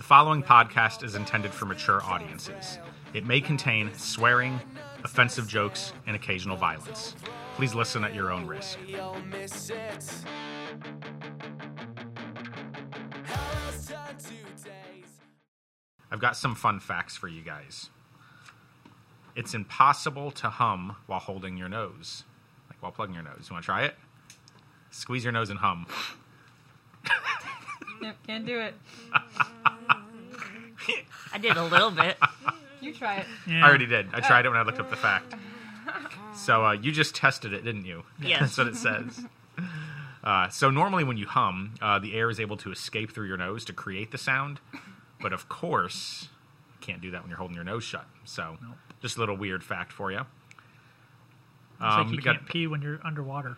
following podcast is intended for mature audiences. It may contain swearing, offensive jokes, and occasional violence. Please listen at your own risk. You'll miss it. Hello's turned to days. I've got some fun facts for you guys. It's impossible to hum while holding your nose, like while plugging your nose. You want to try it? Squeeze your nose and hum. Nope, can't do it. I did a little bit. You try it. I already did. I tried it when I looked up the fact. So uh, you just tested it, didn't you? Yes. That's what it says. Uh, so normally, when you hum, uh, the air is able to escape through your nose to create the sound. But of course, you can't do that when you're holding your nose shut. So, just a little weird fact for you. It's Um, like we you got- can't pee when you're underwater.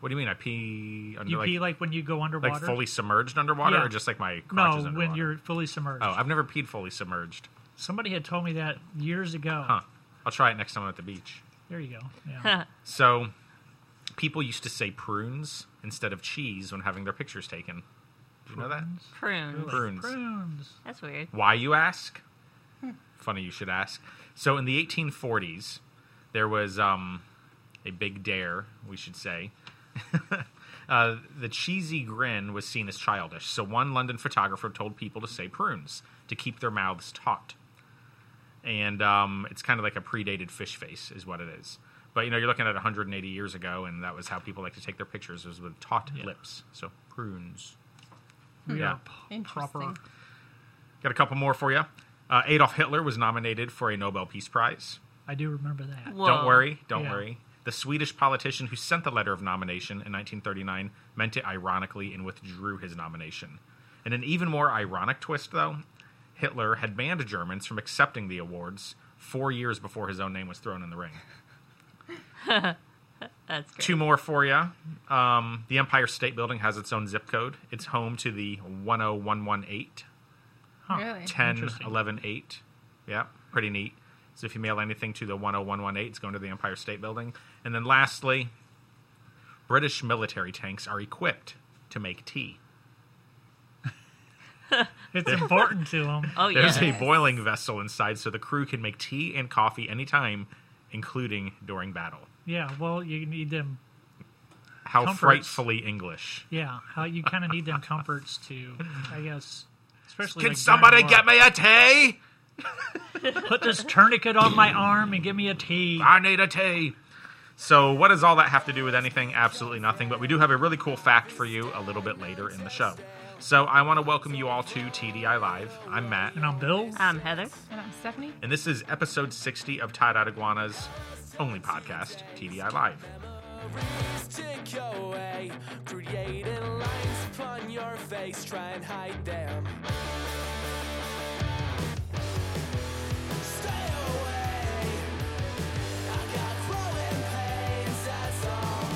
What do you mean? I pee under You like, pee like when you go underwater. like fully submerged underwater, Yeah. or just like my crotch no, is underwater? when you're fully submerged. oh, I've never peed fully submerged. Somebody had told me that years ago. Huh? I'll try it next time I'm at the beach. There you go. Yeah. So, people used to say prunes instead of cheese when having their pictures taken. Do you know that? Prunes. Prunes. Prunes. That's weird. Why, you ask? Funny you should ask. So, in the 1840s, there was um, a big dare, we should say. uh, the cheesy grin was seen as childish. So, one London photographer told people to say prunes to keep their mouths taut. And um, it's kind of like a predated fish face, is what it is. But you know, you're looking at 180 years ago, and that was how people like to take their pictures was with taut lips. So prunes. We Yeah. are p- Interesting. proper. Got a couple more for you. Uh, Adolf Hitler was nominated for a Nobel Peace Prize. I do remember that. Whoa. Don't worry, don't Yeah. worry. The Swedish politician who sent the letter of nomination in 1939 meant it ironically and withdrew his nomination. In an even more ironic twist, though, Hitler had banned Germans from accepting the awards four years before his own name was thrown in the ring. That's great. Two more for you. Um, the Empire State Building has its own zip code. It's home to the 10118 Really? 10, Interesting. 11, 8. Yeah, pretty neat. So if you mail anything to the 10118, it's going to the Empire State Building. And then lastly, British military tanks are equipped to make tea. It's important to them. Oh yeah. There's a boiling vessel inside so the crew can make tea and coffee anytime, including during battle. Yeah. Well, you need them. How Comforts. frightfully English. Yeah. How you kind of need them comforts to, I guess. Especially Can like, somebody during get war. me a tea? Put this tourniquet on my arm and give me a tea. I need a tea. So, what does all that have to do with anything? Absolutely nothing. But we do have a really cool fact for you a little bit later in the show. So, I want to welcome you all to TDI Live. I'm Matt, And on Bill. Uh, I'm Heather. And I'm Stephanie. and this is episode 60 of Tied Out Iguana's only podcast, TDI Live. Tick away, creating lines upon your face, try and hide them. Stay away. I got growing pains, that's all.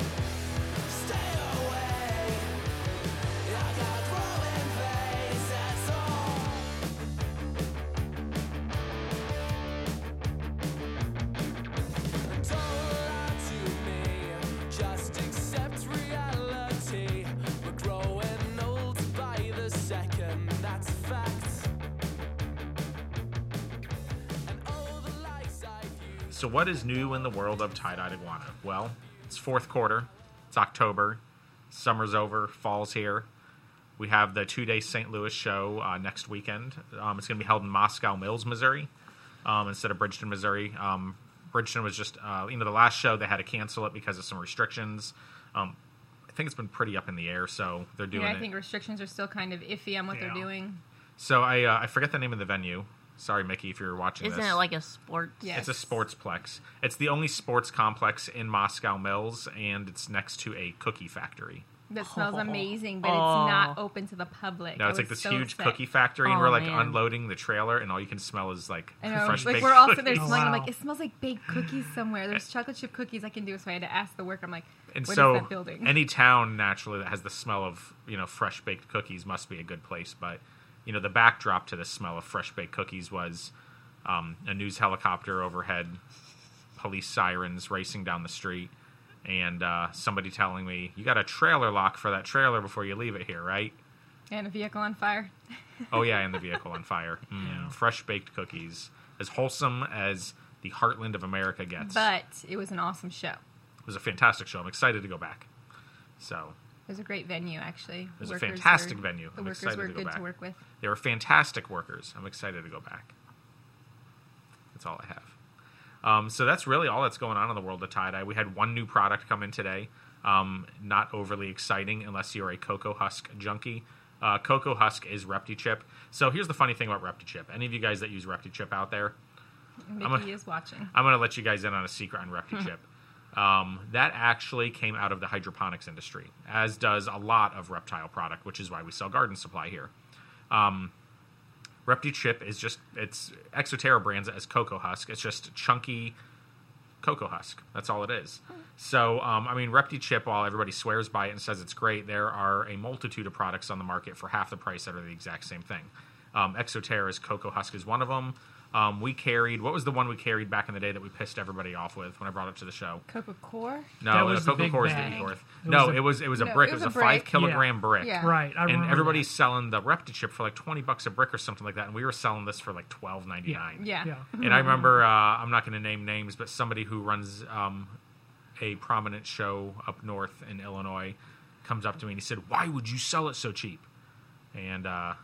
Stay away. I got growing pains, that's all. Don't lie to me, just accept reality. We're growing old by the second, that's a fact. And all the lies I've used. So, what is new in the world of Tied Out Iguana? Well, it's fourth quarter, it's October, summer's over, fall's here. We have the two day St. Louis show uh, next weekend. Um, it's going to be held in Moscow Mills, Missouri, um, instead of Bridgeton, Missouri. Um, Bridgeton was just, uh, you know, the last show they had to cancel it because of some restrictions. Um, I think it's been pretty up in the air, so they're doing Yeah, it. I think restrictions are still kind of iffy on what Yeah. they're doing. so I uh, I forget the name of the venue. Sorry, Mickey, if you're watching Isn't this. it like a sport? Yeah. It's a sportsplex. It's the only sports complex in Moscow Mills, and it's next to a cookie factory. That smells amazing, but Oh. it's not open to the public. Oh. No, I it's like was this Oh, so huge upset. cookie factory, and Oh, we're like man. unloading the trailer, and all you can smell is like I know. fresh like baked we're all sitting there cookies. Oh, smelling. I'm wow. like, it smells like baked cookies somewhere. There's chocolate chip cookies I can do. So I had to ask the worker. I'm like, And what is so, that building? any town naturally that has the smell of you know fresh baked cookies must be a good place. But you know, the backdrop to the smell of fresh baked cookies was um, a news helicopter overhead, police sirens racing down the street, and uh, somebody telling me you got a trailer lock for that trailer before you leave it here, right? And a vehicle on fire. Oh yeah, and the vehicle on fire. Mm, Yeah. Fresh baked cookies, as wholesome as the heartland of America gets. But it was an awesome show. it was a fantastic show. I'm excited to go back. So It was a great venue, actually. It was a fantastic venue. The I'm workers excited were to go good back. to work with. they were fantastic workers. I'm excited to go back. That's all I have. Um, so that's really all that's going on in the world of tie dye. We had one new product come in today. Um, not overly exciting unless you're a cocoa husk junkie. Uh, cocoa husk is ReptiChip. So here's the funny thing about ReptiChip. Any of you guys that use ReptiChip out there, a- Mickey is watching. I'm going to let you guys in on a secret on ReptiChip. um, that actually came out of the hydroponics industry, as does a lot of reptile product, which is why we sell garden supply here. Um, ReptiChip is just it's Exoterra brands it as cocoa husk. It's just chunky cocoa husk. That's all it is. So, um, I mean, ReptiChip, while everybody swears by it and says it's great, there are a multitude of products on the market for half the price that are the exact same thing. Um, Exoterra's Cocoa Husk is one of them. Um, we carried, what was the one we carried back in the day that we pissed everybody off with when I brought it to the show? Coca Core? No, That it was a the Cocoa big Core is the bag. Ecorth. It No, was a- it was it was a No, brick. it It was, was a, a five brick. kilogram brick. Yeah. Right. I And remember everybody's that. selling the ReptiChip for like twenty bucks a brick or something like that, and we were selling this for like twelve ninety nine. Yeah. Yeah. And Hmm. I remember, uh, I'm not going to name names, but somebody who runs um, a prominent show up north in Illinois comes up to me and he said, Why would you sell it so cheap? And uh,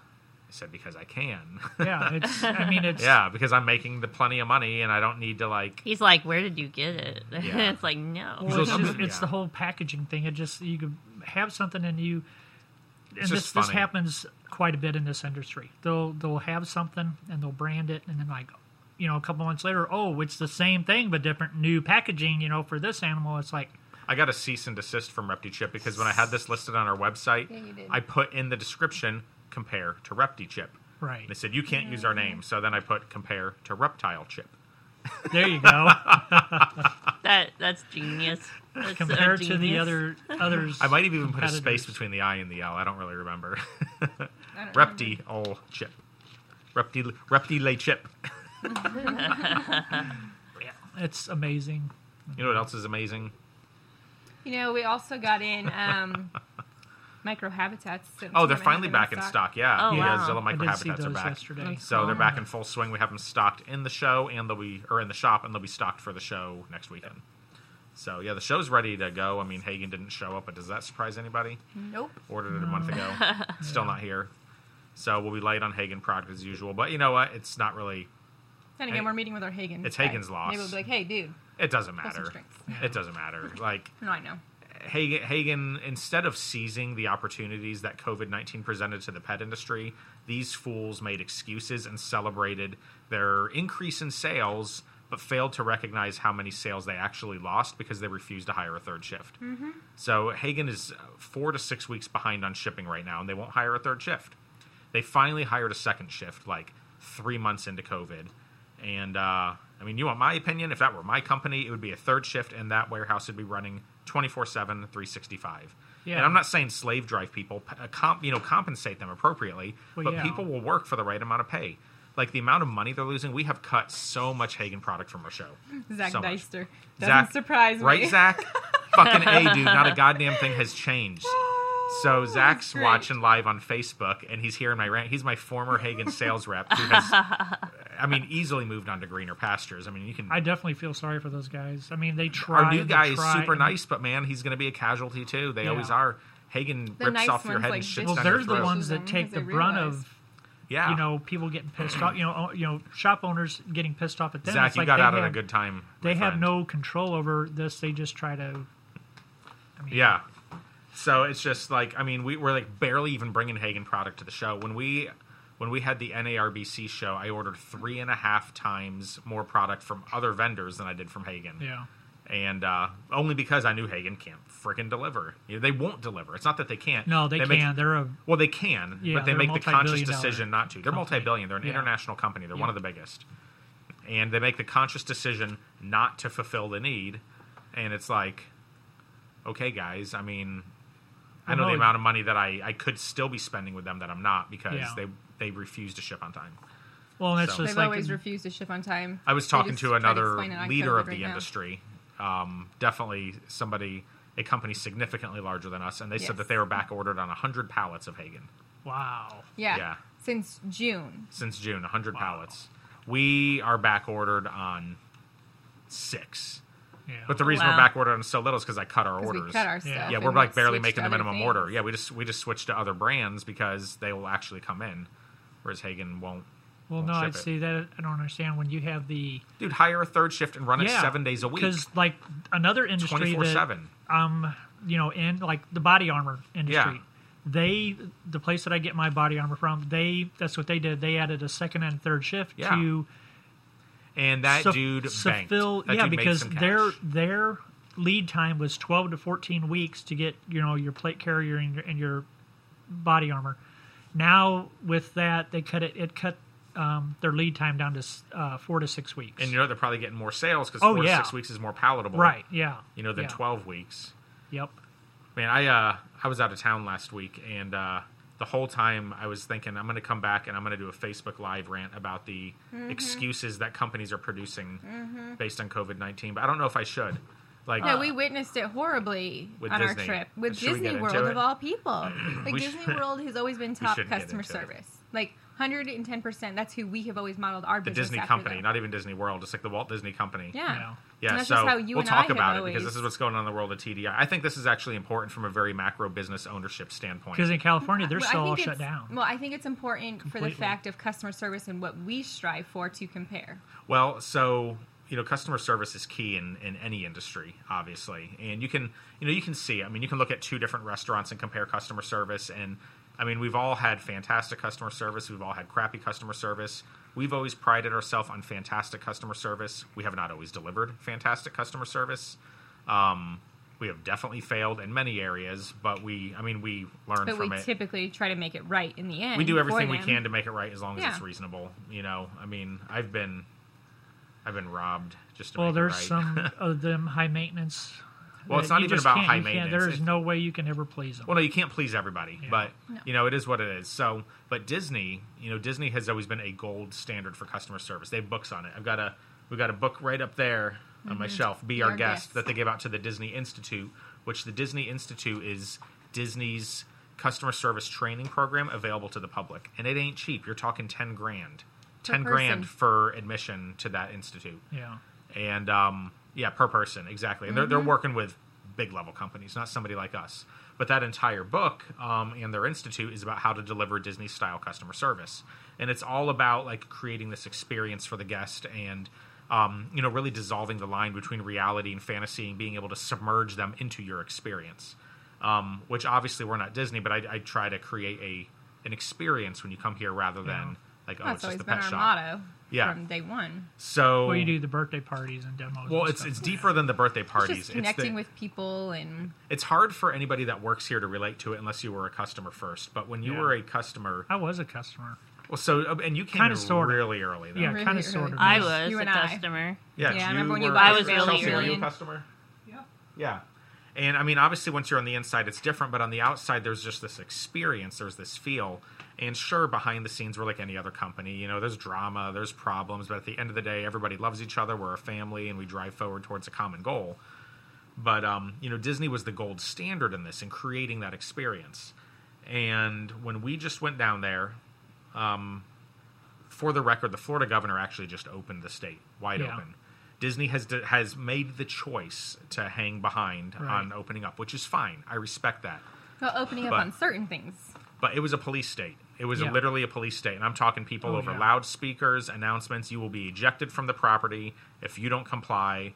I said, Because I can. Yeah. It's. I mean, it's. yeah, because I'm making the plenty of money and I don't need to, like, He's like, where did you get it? Yeah. it's like, no. Well, Oh, it's just, Yeah. it's the whole packaging thing. It just you could have something and you. And this, just this funny. happens quite a bit in this industry. They'll they'll have something and they'll brand it and then like, you know, a couple months later, oh, it's the same thing but different new packaging. You know, for this animal, it's like I got a cease and desist from ReptiChip because when I had this listed on our website, Yeah, you did. I put in the description, compare to ReptiChip. right They said, You can't use Mm. our name. So then I put, compare to Reptile Chip. there you go. That that's genius. That's so Compared to the genius. other others, I might have even put a competitors. space between the I and the L. I don't really remember. I don't Repti all chip. Repti reptile chip. It's amazing. You know what else is amazing? You know, we also got in um, microhabitats. since Oh, we they're haven't had finally them back in in stock. stock. Yeah, Oh, yeah. wow. Zilla I did see microhabitats those are back. yesterday. Oh. So they're back in full swing. We have them stocked in the show, and they'll be or in the shop, and they'll be stocked for the show next weekend. So yeah, the show's ready to go. I mean, Hagen didn't show up, but does that surprise anybody? Nope. Ordered it a month ago. Still not here. So we'll be light on Hagen product as usual. But you know what? It's not really. Then Hey, again, we're meeting with our Hagen. it's guy. Hagen's loss. Maybe we'll be like, hey, dude. It doesn't Have some matter. drinks. It doesn't matter. Like No, I know. Hagen, Hagen, instead of seizing the opportunities that COVID 19 presented to the pet industry, these fools made excuses and celebrated their increase in sales, but failed to recognize how many sales they actually lost because they refused to hire a third shift. So Hagen is uh, four to six weeks behind on shipping right now, and they won't hire a third shift. They finally hired a second shift like three months into COVID. And uh, I mean, you want my opinion? If that were my company, it would be a third shift, and that warehouse would be running 24 7, 365. Yeah. And I'm not saying slave drive people, p- uh, comp, you know, compensate them appropriately, Well, but yeah. people will work for the right amount of pay. Like the amount of money they're losing, we have cut so much Hagen product from our show. Zach so much. Deister. Doesn't Zach, surprise me. Right, Zach? Fucking A, dude. Not a goddamn thing has changed. So Zach's Oh, great. watching live on Facebook, and he's hearing my rant. He's my former Hagen sales rep, who has, I mean, easily moved on to greener pastures. I mean, you can. I definitely feel sorry for those guys. I mean, they try. our new they guy is try, super and- nice, but man, he's going to be a casualty too. They Yeah. always are. Hagen The rips nice off your ones, head like, and shits Well, bitch down your they're throat. the ones them that take the because they brunt realize- of yeah, you know people getting pissed off. You know, oh, you know, shop owners getting pissed off at them. Zach, It's you like got they out have, at a good time. my They have friend. no control over this. They just try to. Yeah. So it's just like I mean we we're like barely even bringing Hagen product to the show. When we when we had the NARBC show, I ordered three and a half times more product from other vendors than I did from Hagen, Yeah. and uh, only because I knew Hagen can't frickin' deliver. You know, they won't deliver. It's not that they can't. No, they, make- can. They're a. well, they can, Yeah, but they they're a make the conscious multi-billion dollar decision not to. They're company. multi-billion. They're an Yeah. international company. They're one Yeah. of the biggest, and they make the conscious decision not to fulfill the need. And it's like, okay, guys. I mean, I Well, know the no, amount of money that I, I could still be spending with them that I'm not because Yeah. they they refuse to ship on time. Well, and it's So- just They've like always in- refused to ship on time. I was They talking just to try another explain it on leader COVID of the right now. industry, um, definitely somebody, a company significantly larger than us, and they said Yes. that they were back ordered on 100 pallets of Hagen Wow. Yeah. Yeah. Since June. since June, 100 pallets. We are back ordered on six. Yeah. But the reason Wow. we're back ordered on so little is because I cut our 'Cause orders. We cut our stuff. Yeah. yeah, and we're like barely switched to making the other minimum things. order. Yeah, we just we just switched to other brands because they will actually come in, whereas Hagen won't. well, won't no, I ship it. see that. I don't understand when you have the Dude, hire a third shift and run it seven days a week, Because like another industry twenty four that seven. um you know in like the body armor industry. Yeah. They, the place that I get my body armor from, they that's what they did. They added a second and third shift Yeah. to And that su- dude banked. fulfill. That yeah, dude made because some cash. their their lead time was twelve to fourteen weeks to get you know your plate carrier and your, and your body armor. Now with that, they cut it. It cut um, their lead time down to s- uh, four to six weeks. and you know they're probably getting more sales because Oh, four yeah. to six weeks is more palatable, right? Yeah. You know, than yeah. twelve weeks. Yep. Man, I uh, I was out of town last week, and uh, the whole time I was thinking I'm going to come back and I'm going to do a Facebook Live rant about the Mm-hmm. excuses that companies are producing based on COVID nineteen. But I don't know if I should. Like, No, Mm-hmm. we witnessed it horribly With on Disney. our trip with Should we get Disney into World it? of all people. Like We Disney should- World has always been top shouldn't get customer into it. service. Like 110%. That's who we have always modeled our the business Disney after company, them. not even Disney World, just like the Walt Disney Company. yeah. Yeah. Yeah, And that's so just how you we'll and I talk have about it always- because this is what's going on in the world of TDI. I think this is actually important from a very macro business ownership standpoint. Because in California, they're Well, I still think all it's- shut down. Well, I think it's important for Completely. the fact of customer service and what we strive for to compare. Well, so you know, customer service is key in, in any industry, obviously, and you can you know you can see. I mean, you can look at two different restaurants and compare customer service, and I mean, we've all had fantastic customer service. We've all had crappy customer service. We've always prided ourselves on fantastic customer service. We have not always delivered fantastic customer service. Um, we have definitely failed in many areas, but we, I mean, we learn But from we it typly try to make it right in the end. we do for everything we them. can to make it right as long as it's Yeah. reasonable. You know, I mean, I've been, I've been robbed just to Well, make it there's right. some of them high maintenance. Well, it's that not you even just about can't- high you can't- There maintenance. is It- no way you can ever please them. Well, no, you can't please everybody, but No. you know it is what it is. So, but Disney, you know, Disney has always been a gold standard for customer service. They have books on it. I've got a we have got a book right up there on my shelf. Be Be our, Our guest, Guest. that they give out to the Disney Institute, which the Disney Institute is Disney's customer service training program available to the public, and it ain't cheap. You're talking ten grand, Per ten grand person. for admission to that institute yeah. and um, yeah, per person exactly. And Mm-hmm. they're they're working with big level companies, not somebody like us. But that entire book um, and their institute is about how to deliver Disney style customer service, and it's all about like creating this experience for the guest and. Um, you know, really dissolving the line between reality and fantasy and being able to submerge them into your experience. Um, which obviously we're not Disney, but I, I try to create a an experience when you come here rather than like oh, it's just That's always a been pet our shop. motto Yeah. from day one. So Well, you do the birthday parties and demos. well, and it's stuff. it's deeper than the birthday It's parties. just connecting it's the- with people and It's hard for anybody that works here to relate to it unless you were a customer first. But when you Yeah. were a customer, I was a customer. well, so uh, and you came Kinda in sorta. really early. Though. Yeah, Really kind early. of sort of. I yes. was You a and I. customer. yeah. Yeah, I you remember when you were- bought I was really Chelsea, were you a early. customer? Yeah. And I mean, obviously, once you're on the inside, it's different. But on the outside, there's just this experience. There's this feel. And sure, behind the scenes, we're like any other company. You know, there's drama, there's problems. But at the end of the day, everybody loves each other. We're a family, and we drive forward towards a common goal. But um, you know, Disney was the gold standard in this in creating that experience. And when we just went down there, um, for the record, the Florida governor actually just opened the state wide Yeah. open. Disney has has made the choice to hang behind Right. on opening up, which is fine. I respect that. well, opening up But- on certain things. But it was a police state. It was Yeah. literally a police state, and I'm talking people Oh, over yeah. loudspeakers, announcements. You will be ejected from the property if you don't comply.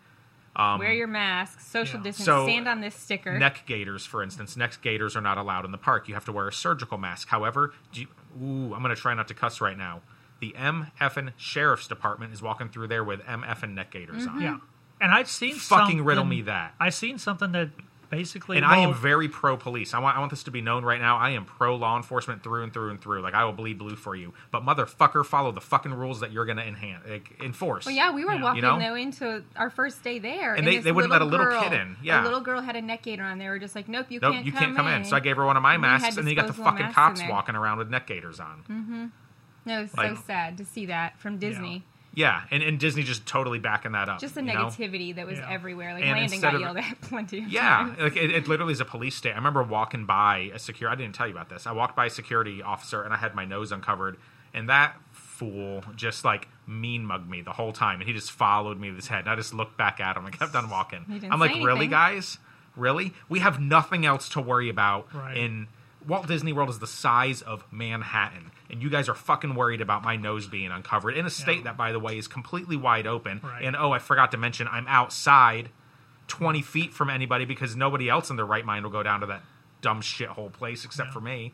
Wear your mask, social yeah. distance, So, stand on this sticker. Neck gaiters, for instance, neck gaiters are not allowed in the park. You have to wear a surgical mask. However, do you, ooh, I'm going to try not to cuss right now. The MFN Sheriff's Department is walking through there with MFN neck gaiters on. Mm-hmm. Yeah. And I've seen Fucking riddle something- me that. I've seen something that basically. and I am well, very pro police. I want I want this to be known right now. I am pro law enforcement through and through and through. Like I will bleed blue for you, but motherfucker, follow the fucking rules that you're gonna enhance, like, enforce. Well, Oh, yeah, we were Yeah. walking You know? though into our first day there, And they- this they wouldn't let a little kid girl- in, yeah. a little girl had a neck gaiter on. They were just like, "Nope, you Nope, can't. you come can't come in. in." So I gave her one of my And we masks, had and then you got the disposable fucking masks in cops there. walking around with neck gaiters on. No, it was Like- so sad to see that from Disney. Yeah, and, and Disney just totally backing that up. Just the you know? negativity that was Yeah. everywhere. Like And Landon instead got of- yelled at plenty of Yeah, times. like it, it literally is a police state. I remember walking by a secure. I didn't tell you about this. I walked by a security officer and I had my nose uncovered, and that fool just like mean mugged me the whole time, and he just followed me with his head. And I just looked back at him and kept on walking. He didn't I'm like, say really, anything." guys? Really? We have nothing else to worry about Right. in Walt Disney World is the size of Manhattan, and you guys are fucking worried about my nose being uncovered in a state Yeah. that, by the way, is completely wide open. Right. And oh, I forgot to mention, I'm outside 20 feet from anybody because nobody else in their right mind will go down to that dumb shithole place except for me.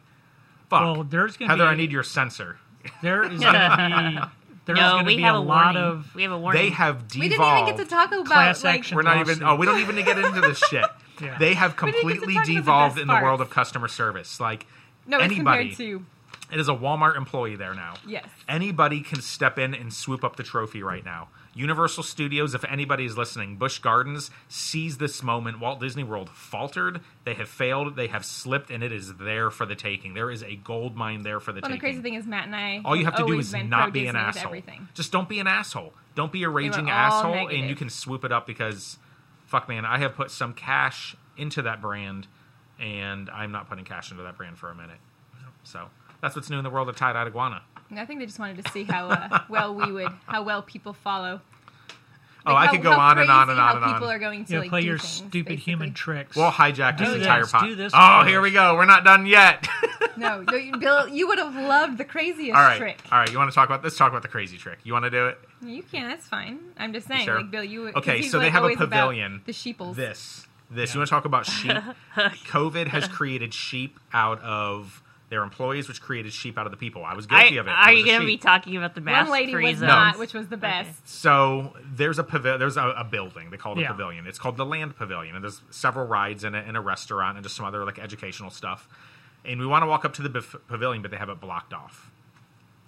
Fuck. Well, there's gonna Heather, be I need your sensor. there is gonna be there's no, gonna we be have a, a, lot warning. of we have a warning. They have We devolved. didn't even get to talk about Class like action. We're not even. Lawsuit. Oh, we don't even get into this shit. Yeah. They have We didn't get to completely talk about the devolved best in the world parts. of customer service. Like no, it's anybody, compared to it is a Walmart employee there now. yes. Anybody can step in and swoop up the trophy right now. Universal Studios, if anybody is listening, Busch Gardens sees this moment. Walt Disney World faltered. They have failed. They have slipped, and it is there for the taking. There is a gold mine there for the Well, the taking. crazy thing is Matt and I. All you have to do always is been not pro be an Disney with asshole. Everything. Just don't be an asshole. Don't be a raging all asshole, and negative. you can swoop it up because, fuck, man, I have put some cash into that brand, and I'm not putting cash into that brand for a minute. So that's what's new in the world of tie-dyed iguana. And I think they just wanted to see how uh, well we would, how well people follow. Oh, Like, I how- could go how on and on crazy and how on and on. People are going to you know, like, play do your things, stupid human basically. tricks. We'll hijack Do this this, entire pot. do this oh, first. here we go. We're not done yet. No, you- you- Bill, you would have loved the craziest all right, trick. all right. You want to talk about? Let's talk about the crazy trick. You want to do it? You can. That's fine. I'm just saying, sure? like Bill, you. 'cause Okay, he's, so they like, have a always about pavilion. The sheeples. This, this. You want to talk about sheep? COVID has created sheep out of their employees, which created sheep out of the people. I was I- guilty of it. I Are was you a going to be sheep. talking about the mass One lady was freeze? not, which was the best. So there's a pavil- there's a, a building they call it a Yeah. pavilion. It's called the Land Pavilion, and there's several rides in it, and a restaurant, and just some other like educational stuff. And we want to walk up to the bif- pavilion, but they have it blocked off,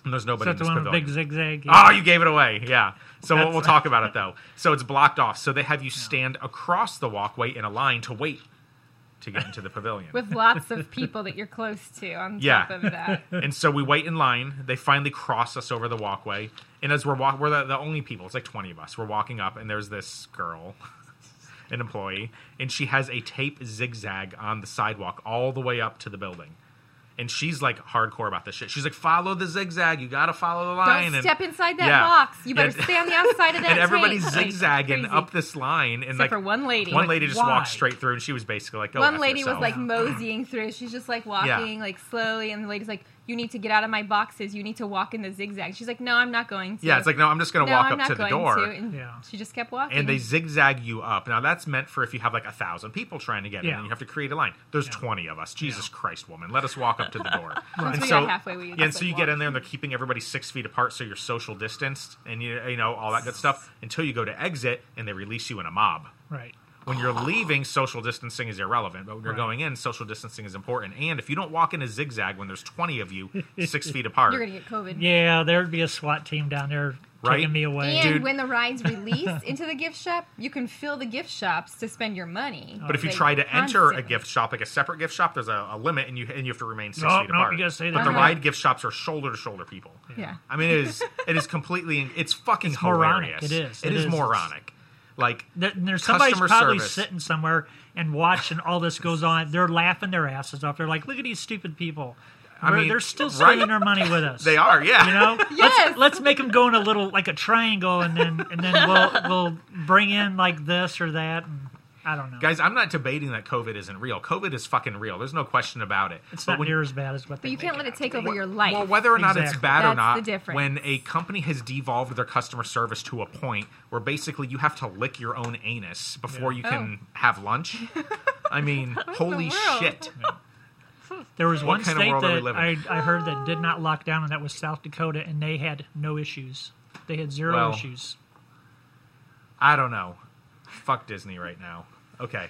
and there's Is nobody that in the this one with pavilion. big zigzag? Oh, you gave it away. Yeah. So we'll, That's- we'll talk about it though. So it's blocked off. So they have you stand across the walkway in a line to wait to get into the pavilion. with lots of people that you're close to on Yeah. top of that. and so we wait in line. They finally cross us over the walkway. And as we're walking, we're the, the only people. It's like 20 of us. We're walking up, and there's this girl, an employee, and she has a tape zigzag on the sidewalk all the way up to the building. And she's like hardcore about this shit. She's like, follow the zigzag. You got to follow the line. Don't and, step inside that yeah. box. You better Yeah. stay on the outside of that. and everybody's tank. Like, zigzagging crazy. up this line. And Except like for one lady. One lady just Why? walked straight through, and she was basically like, "Go One F lady was yourself." like moseying through. She's just like walking like slowly, and the lady's like, "You need to get out of my boxes. You need to walk in the zigzag." She's like, "No, I'm not going to." "Yeah." It's like, "No, I'm just going no, to walk I'm up not to the going door." To. And Yeah. she just kept walking. and they zigzag you up. Now that's meant for if you have like a thousand people trying to get in, Yeah. and you have to create a line. There's 20 of us. Jesus Christ, woman, let us walk up to the door. Once And we so, got halfway, we yeah, and just, so like, you get walked. in there, and they're keeping everybody six feet apart, so you're social distanced, and you, you know all that good stuff until you go to exit, and they release you in a mob. right. When you're leaving, social distancing is irrelevant, but when you're Right. going in, social distancing is important. And if you don't walk in a zigzag when there's 20 of you six feet apart, You're gonna get COVID. Yeah, there'd be a SWAT team down there Right? taking me away. And Dude. when the ride's released into the gift shop, you can fill the gift shops to spend your money. Oh, But if you They try to enter a constantly- gift shop, like a separate gift shop, there's a, a limit, and you and you have to remain six Nope, feet nope, apart. you gotta stay but there. the Uh-huh. ride gift shops are shoulder to shoulder people. yeah. I mean, it is it is completely it's fucking moronic. hilarious. It is. It, It is, is. moronic. Like There- there's Customer somebody's probably service. sitting somewhere and watching all this goes on. They're laughing their asses off. They're like, "Look at these stupid people. I We're- mean, they're still right. spending their money with us. they are, yeah. You know, Yes. let's let's make them go in a little like a triangle, and then and then we'll we'll bring in like this or that. And I don't know. guys, I'm not debating that COVID isn't real. COVID is fucking real. There's no question about it. it's But not when- near as bad as what. But they you can't make let it it take over Well- your life. Well, whether or not it's Exactly. bad or That's not, the difference. when a company has devolved their customer service to a point where basically you have to lick your own anus before you can Oh. have lunch, I mean, holy world? shit. There was What one kind of state world are we that I, living I heard that did not lock down, and that was South Dakota, and they had no issues. They had zero Well, issues. I don't know. Fuck Disney right now. Okay,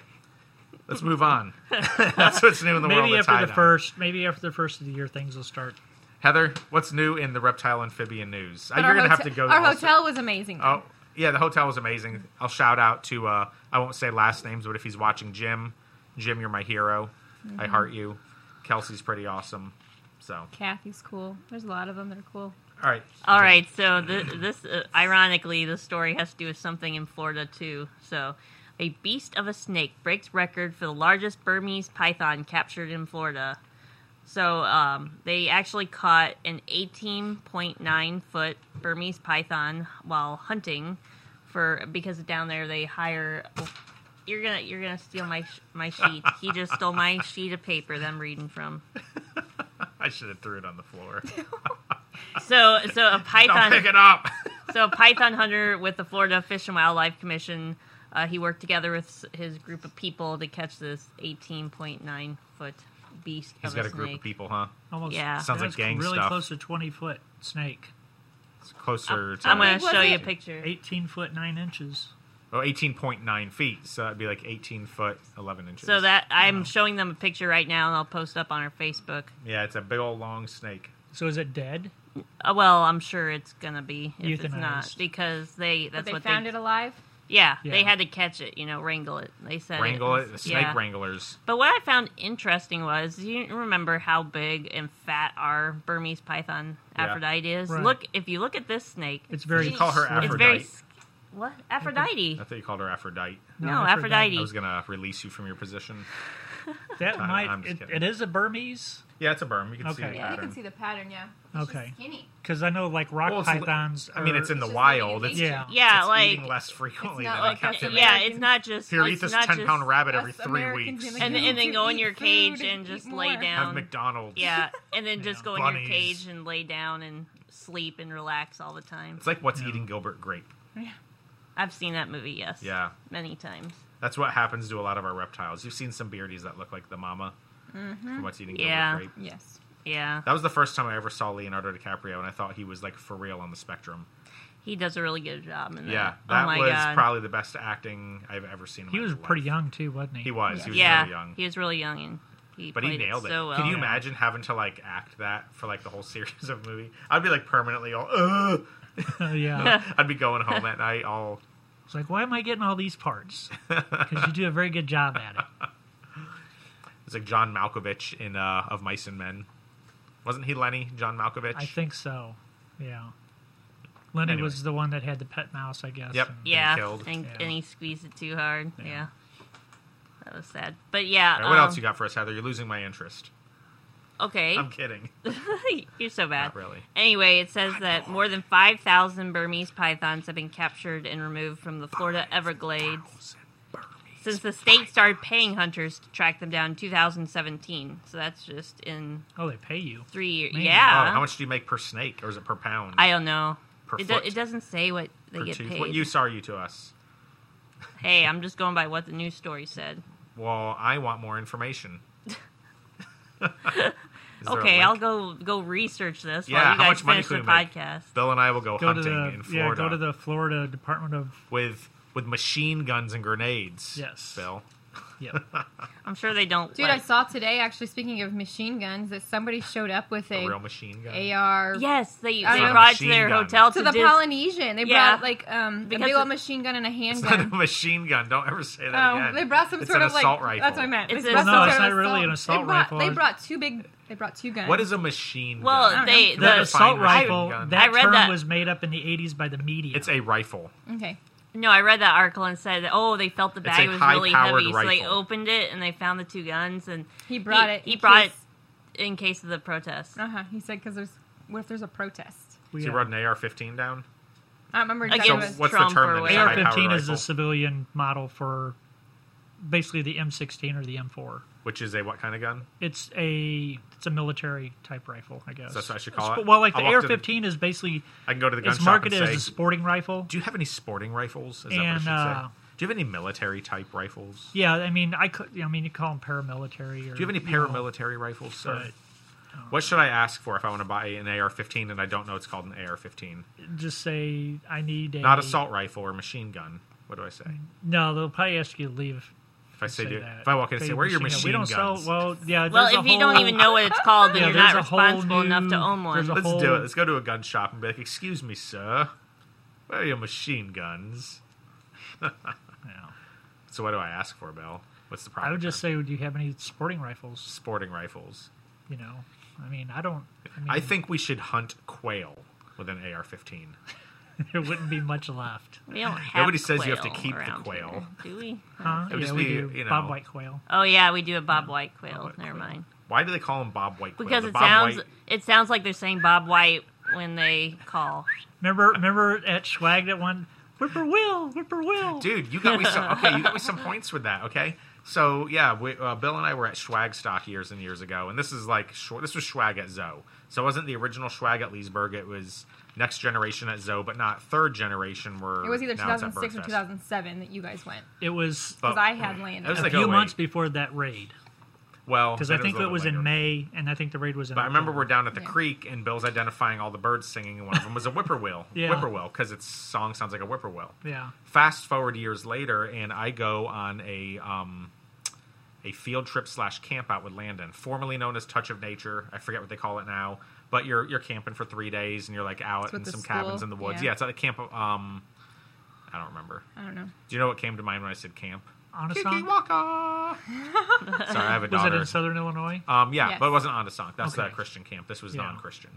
let's move on. That's what's new in the world. Maybe of after the tie-dye. first, maybe after the first of the year, things will start. Heather, what's new in the reptile amphibian news? Uh, But You're our gonna have to hotel- go. Our also- hotel was amazing. Oh, yeah, the hotel was amazing. I'll shout out to uh, I won't say last names, but if he's watching, Jim, Jim, you're my hero. I heart you. Kelsey's pretty awesome. So Kathy's cool. There's a lot of them that are cool. All right. All right, so th- this, uh, ironically, the story has to do with something in Florida too. So, a beast of a snake breaks record for the largest Burmese python captured in Florida. So, um, they actually caught an 18.9 foot Burmese python while hunting for because down there they hire. oh, You're gonna you're gonna steal my sh- my sheet. He just stole my sheet of paper that I'm reading from. I should have threw it on the floor. So so a I'll python. pick it up. so a python hunter with the Florida Fish and Wildlife Commission. Uh, he worked together with s- his group of people to catch this 18.9 foot beast. He's of got a snake. group of people, huh? Almost Yeah. Sounds like that's gang really stuff. close to twenty foot snake, It's closer to. I'm going What to was show you a it? picture. eighteen foot nine inches. Oh, 18.9 feet, so that'd be like 18 foot, 11 inches. So that I'm showing them a picture right now, and I'll post up on our Facebook. Yeah, it's a big old long snake. So is it dead? Uh, well, I'm sure it's gonna be if it's not Euthanized. because they that's they what found they it alive. yeah, they Yeah. had to catch it, you know, wrangle it. They said Wrangle it, it, the snake yeah. wranglers. But what I found interesting was you remember how big and fat our Burmese python Yeah. Aphrodite is. Right. Look, if you look at this snake, It's very. you call her slim. it's Aphrodite? very s- what Aphrodite? I thought you called her Aphrodite. No, No, Aphrodite. Aphrodite. I was gonna release you from your position. That I'm- might. I'm just It, kidding. it is a Burmese Yeah, it's a berm. You can see Okay. the Yeah, Yeah, you pattern. can see the pattern. Yeah. It's just Okay. skinny. because I know like rock Well, it's li- pythons. I mean, are- it's in the It's just wild. like It's, an Yeah. yeah, it's like eating less frequently not than like a us captive. Americans. yeah, it's not just Here, eat it's this not ten just, pound rabbit every Us three Americans weeks. in the and, You and then can go in eat your cage food and and just eat lay more. Have down. McDonald's. Yeah, and then just Yeah. go in your Bunnies. cage and lay down and sleep and relax all the time. It's like what's Yeah. eating Gilbert Grape. I've seen that movie, yes, Yeah. many times. That's what happens to a lot of our reptiles. You've seen some beardies that look like the mama. from What's eating Mm-hmm. Yeah. Gilbert Grape? Yes. Yeah, That was the first time I ever saw Leonardo DiCaprio, and I thought he was like for real on the spectrum. he does a really good job in that. Yeah, oh that my was god. probably the best acting I've ever seen. In He my was life. pretty young too, wasn't he? He was. He was yeah, really young. he was really young and he But he played nailed it it. so well. Can you imagine having to like act that for like the whole series of movie? I'd be like permanently all. Ugh! yeah. I'd be going home at night all. It's like, why am I getting all these parts? Because you do a very good job at it. It's like John Malkovich in uh, of Mice and Men. Wasn't he Lenny? John Malkovich. I think so. Yeah. Lenny Anyway. was the one that had the pet mouse, I guess. Yep. and- Yeah, killed. and, Yeah. and he squeezed it too hard. Yeah, Yeah. that was sad. But yeah, All right, what um, else you got for us, Heather? You're losing my interest. Okay, I'm kidding. You're so bad. Not really. Anyway, it says that more than 5,000 Burmese pythons have been captured and removed from the Florida Everglades since the state started paying hunters to track them down in 2017. So that's just in Oh, they pay you. three years. Man. Oh, Yeah. how much do you make per snake, or is it per pound? I don't know. Per It, do- foot? it doesn't say what they per get tooth? paid. What use are you to us? Hey, I'm just going by what the news story said. Well, I want more information. Is there a Okay, link? I'll go go research this Yeah, while you how guys much money finish can the we make? podcast. Bill and I will go, Go to hunting the in yeah. Florida Go to the Florida Department of. with with machine guns and grenades. Yes. Bill. Yep. I'm sure they don't. Dude, I let- saw today actually. Speaking of machine guns, that somebody showed up with A a, real machine gun. AR. Yes, they, they I don't- brought to their Machine gun. hotel To to the dis- Polynesian, they Yeah. brought like um, a Because big old it- machine gun and a It's not a handgun. machine gun. Don't ever say that Oh, again. they brought some It's sort an of like assault rifle. that's what I meant. It's They an brought some assault- sort No, of it's not really an assault they brought, rifle. They brought two big. They brought two guns. What is a machine Well, uh, gun? they- Can the I define assault machine rifle. gun? That I read term that- was made up in the '80s by the media. it's a rifle. okay? No, I read that article and said that oh they felt the It's bag a was really high-powered heavy, so they rifle. opened it and they found the two guns and He brought it. He brought it in case of the protest. Uh huh. He said because there's what if there's a protest? We, So you uh, brought an AR-15 down. I don't remember exactly. Against what's what it was. the Trump term or then? whatever. High-powered AR-15 is rifle. the civilian model for basically the M16 or the M4. Which is a what kind of gun? It's a it's a military type rifle, I guess. That's what I should call it? Well, like the I walked to the- AR-15 is basically I can go to the gun it's shop and marketed as a say, sporting rifle. "Do you have any sporting rifles?" Is that what I And, should uh, say? Do you have any military type rifles? Yeah, I mean, I could. I mean, you call them paramilitary. Or, Do you have any know, paramilitary rifles, sir? but What should I ask for if I want to buy an AR-15 and I don't know it's called an AR-15? just say I need a Not assault rifle or machine gun. What do I say? No, they'll probably ask you to leave. If I say, Say do- that. if I walk in and say, They- "Where are your machine we don't guns?" sell. Well, yeah. Well, there's a if you don't whole- even know what it's called, then Yeah, you're not there's a whole responsible new- enough to own there's one. a- Let's whole- do it. Let's go to a gun shop and be like, "Excuse me, sir, where are your machine guns?" Yeah. So what do I ask for, Bill? What's the problem? I would just say, do you have any sporting rifles? sporting rifles. You know, I mean, I don't. I, mean, I think we should hunt quail. with an AR-15. there wouldn't be much left. We don't have Nobody says you have to quail keep the around quail. here, do we? Huh? It would Yeah, just we be, do. you know- Bob White Quail. Oh yeah, we do a Bob White quail. White Never quail. mind. Why do they call him Bob White? Quail? Because The it Bob sounds White- it sounds like they're saying Bob White when they call. Remember, remember at Schwag that one, Whippoorwill, Whippoorwill. dude, you got me some. Okay, you got me some points with that. Okay, so yeah, we, uh, Bill and I were at Schwagstock years and years ago, and this is like Schw- this was Schwag at Zoe. So it wasn't the original Schwag at Leesburg. It was next generation at Zoe, but not third generation. Were It was either now it's at 2006 or Bergfest. 2007 that you guys went It was But- because I had landed. It was a like few 08. months before that raid Well, because then I think a it little was bit in later. May, and I think the raid was in. But I remember October. we're down at the Yeah. creek, and Bill's identifying all the birds singing, and one of them was a whippoorwill. Yeah. Whippoorwill, because its song sounds like a whippoorwill. yeah. Fast forward years later, and I go on a um, a field trip slash camp out with Landon, formerly known as Touch of Nature. I forget what they call it now, but you're you're camping for three days, and you're like out It's with in the some school, cabins in the woods. yeah. Yeah, it's at a camp. Um, I don't remember. I don't know. Do you know what came to mind when I said camp? On a Kiki song. Waka. Sorry, I have a Was daughter. it in Southern Illinois? Um, yeah, Yes. but it wasn't on a song. That's Okay. the Christian camp. This was Yeah. non-Christian.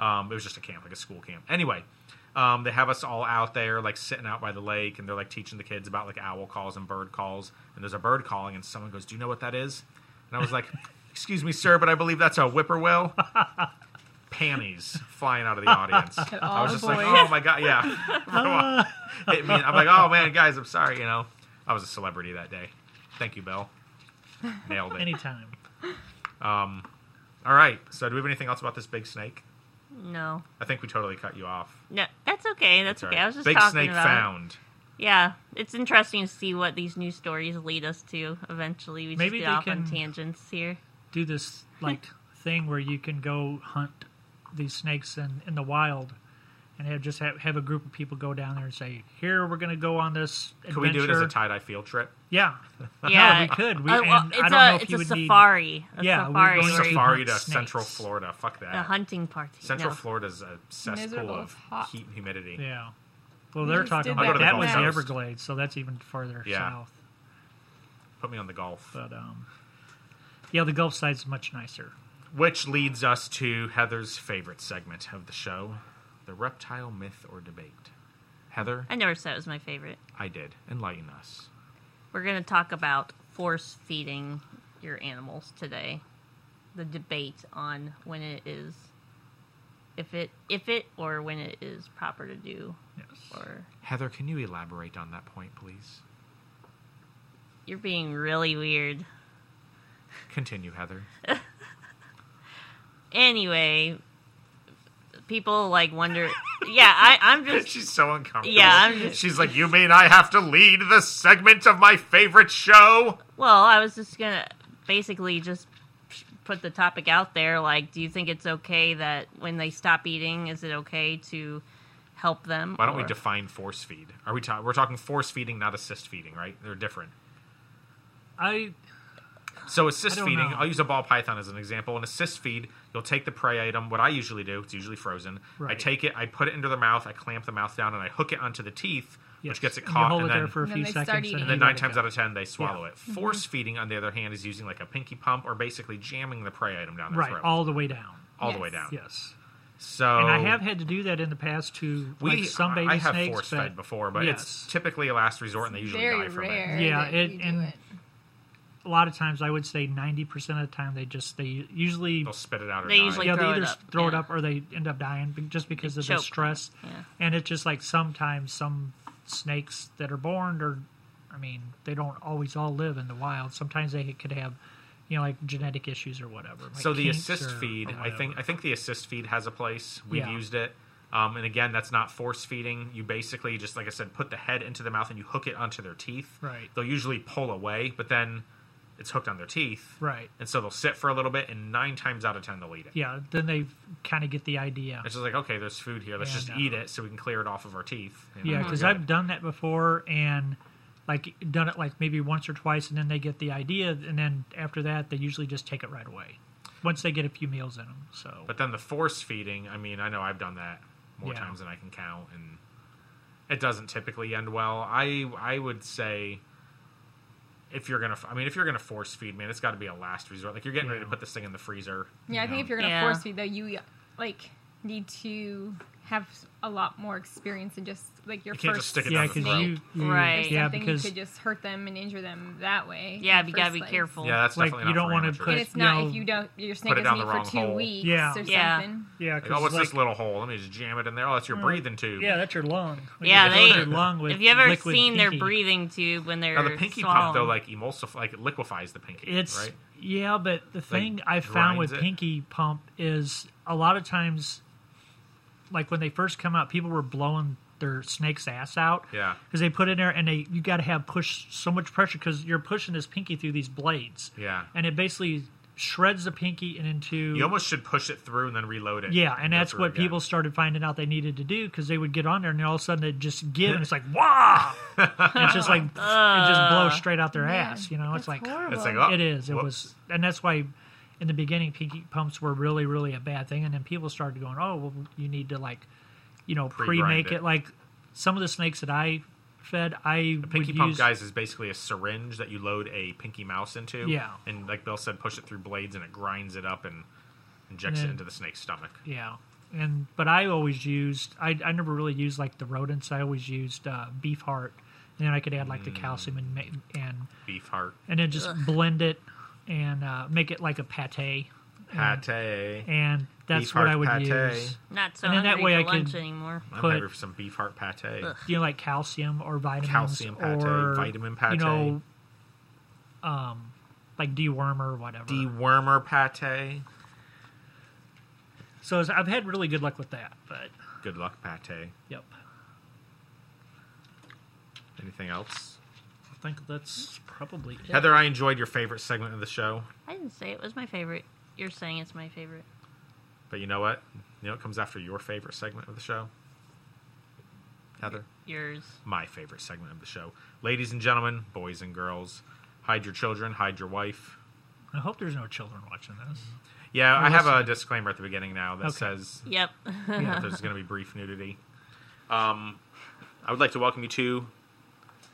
Um, it was just a camp, like a school camp. Anyway, um, they have us all out there, like sitting out by the lake, and they're like teaching the kids about like owl calls and bird calls. And there's a bird calling, and someone goes, "Do you know what that is?" And I was like, "Excuse me, sir, but I believe that's a whippoorwill." Panties flying out of the audience. I all was the just like, boys. "Oh my god, yeah." Hit me. I'm like, "Oh man, guys, I'm sorry." You know, I was a celebrity that day. Thank you, Bill. Nailed it. Anytime. All right. So, do we have anything else about this big snake? No, I think we totally cut you off. no, that's okay. That's Sorry. okay. I was just big talking snake about. it. found. Yeah, it's interesting to see what these news stories lead us to. Eventually, we Maybe just they get off on can- tangents here. Do this like thing where you can go hunt these snakes in, in the wild, and have just have, have a group of people go down there and say, "Here, we're going to go on this." Adventure. Could we do it as a tie dye field trip? Yeah. Yeah, Uh-huh, we could. We- Uh, well, and it's I don't a know if it's you a would need- safari. A Yeah, we were safari. going where you- Safari to hunt snakes. Central Florida. Fuck that. a hunting party. Central no. Florida's a cesspool Miserable. of It's hot. heat and humidity. Yeah. Well, they're just talking did that about that I'll go was to the the Gulf Coast. Everglades, so that's even farther Yeah. south. Put me on the golf. But um, yeah, the Gulf side's much nicer. Which leads us to Heather's favorite segment of the show the reptile myth or debate. Heather, I never said it was my favorite. I did. Enlighten us. We're going to talk about force feeding your animals today. The debate on when it is, if it, if it, or when it is proper to do. Yes. Or Heather, can you elaborate on that point, please? you're being really weird. Continue, Heather. Anyway, people like wonder. yeah, I, I'm just She's so uncomfortable. Yeah, I'm just- She's like, you mean I have to lead the segment of my favorite show? Well, I was just gonna basically just put the topic out there. Like, do you think it's okay that when they stop eating, is it okay to help them? Why don't we or- define force feed? Are we talking? We're talking force feeding, not assist feeding, right? They're different. I So assist I don't feeding, know. I'll use a ball python as an example. An assist feed, you'll take the prey item. What I usually do, it's usually frozen. I Right. take it, I put it into their mouth, I clamp the mouth down, and I hook it onto the teeth, yes. which gets it And you caught. hold and it then, there for a And few then they start seconds, eating. and you then let nine it times go. Mm-hmm. out of ten, they swallow it. Force feeding, on the other hand, is using like a pinky pump or basically jamming the prey item down their right throat all the way down. all the way Yes. down. Yes, So and I have had to do that in the past to Oh. We like some baby I have snakes, force but fed before, but it's Yes. typically a last resort, and they usually Very die from rare. it. Yeah, that it- you do and- a lot of times I would say ninety percent of the time they just they usually They'll spit it out. Or They die. usually- yeah they throw it either up, throw it yeah. up or they end up dying be- just because of the choke. stress. Yeah. And it's just like sometimes some snakes that are born are, I mean, they don't always all live in the wild. Sometimes they could have, you know, like genetic issues or whatever. like so the kinks assist or- feed, or I think, whatever. I think the assist feed has a place. We've Yeah. used it, um, and again, that's not force feeding. You basically just, like I said, put the head into the mouth and you hook it onto their teeth. Right. They'll usually pull away, but then it's hooked on their teeth. Right. And so they'll sit for a little bit, and nine times out of ten, they'll eat it. Yeah, then they kind of get the idea. It's just like, okay, there's food here. Let's Yeah, just no. eat it so we can clear it off of our teeth. you know, Mm-hmm. Yeah, we're because good. I've done that before and like done it like maybe once or twice, and then they get the idea, and then after that they usually just take it right away once they get a few meals in them. So But then the force feeding, I mean, I know I've done that more Yeah. times than I can count, and it doesn't typically end well. I I would say if you're gonna, I mean, if you're gonna force feed, man, it's got to be a last resort. Like you're getting ready to Yeah. put this thing in the freezer. Yeah, I you think know? if you're gonna Yeah. force feed though, you like need to have a lot more experience than just like your You 1st can't just stick it Yeah, down the because throat. you, you Right. yeah something because you could just hurt them and injure them that way. Yeah, in the you gotta first be place. careful. Yeah, that's Like, definitely you not don't for wanna amateurs. put- And it's not you if know, you don't your snake it is down meat the for wrong two hole. weeks Yeah. or Yeah. something. yeah Like, 'cause oh, what's like- this little hole? Let me just jam it in there. Oh, that's your Right. breathing tube. yeah that's your lung We Yeah, can fill they- your lung with If you ever liquid seen their pinky. breathing tube when they're Now the pinky swallowing. pump though, like emulsifies, like it liquefies the pinky. It's right. yeah, but the thing I found grinds with it? Pinky Pump is a lot of times, like when they first come out, people were blowing their snake's ass out. Yeah. because they put it in there and they you got to have push so much pressure because you're pushing this pinky through these blades. Yeah. and it basically shreds the pinky and into You almost should push it through and then reload it. yeah, and go that's through what again. people started finding out they needed to do because they would get on there and all of a sudden it just give and it's like wow, and it's just like it Uh. just blows straight out their ass. You know, it's That's like horrible. It's like oh, it is. It whoops. was, and that's why in the beginning, pinky pumps were really, really a bad thing. And then people started going, "Oh, well, you need to like, you know, Pre-grind pre-make it. it." Like some of the snakes that I fed, I Pinky would pump, use, guys, is basically a syringe that you load a pinky mouse into. Yeah. And like Bill said, push it through blades and it grinds it up and injects And it then- into the snake's stomach. Yeah, and but I always used. I I never really used like the rodents. I always used uh, beef heart, and then I could add like the Mm. calcium and ma- and Beef heart. and then just blend it and uh, make it like a pate. Pate. And that's Beef what heart I would pate. use. Not so And then that hungry way for I could- lunch anymore. I'm put- hungry for some beef heart pate. you know, like calcium or vitamins, Calcium pate, or vitamin you pate. know, um, like dewormer or whatever. Dewormer pate. so it's- I've had really good luck with that, but Good luck pate. yep, Anything else? I think that's probably it. Heather, I enjoyed your favorite segment of the show, I didn't say it was my favorite. You're saying it's my favorite. but you know what? You know what comes after your favorite segment of the show? Heather? Yours. my favorite segment of the show. Ladies and gentlemen, boys and girls, hide your children, hide your wife. I hope there's no children watching this. Mm-hmm. Yeah, I have a Unless- disclaimer at the beginning now that Okay. says Yep. that there's going to be brief nudity. Um, I would like to welcome you to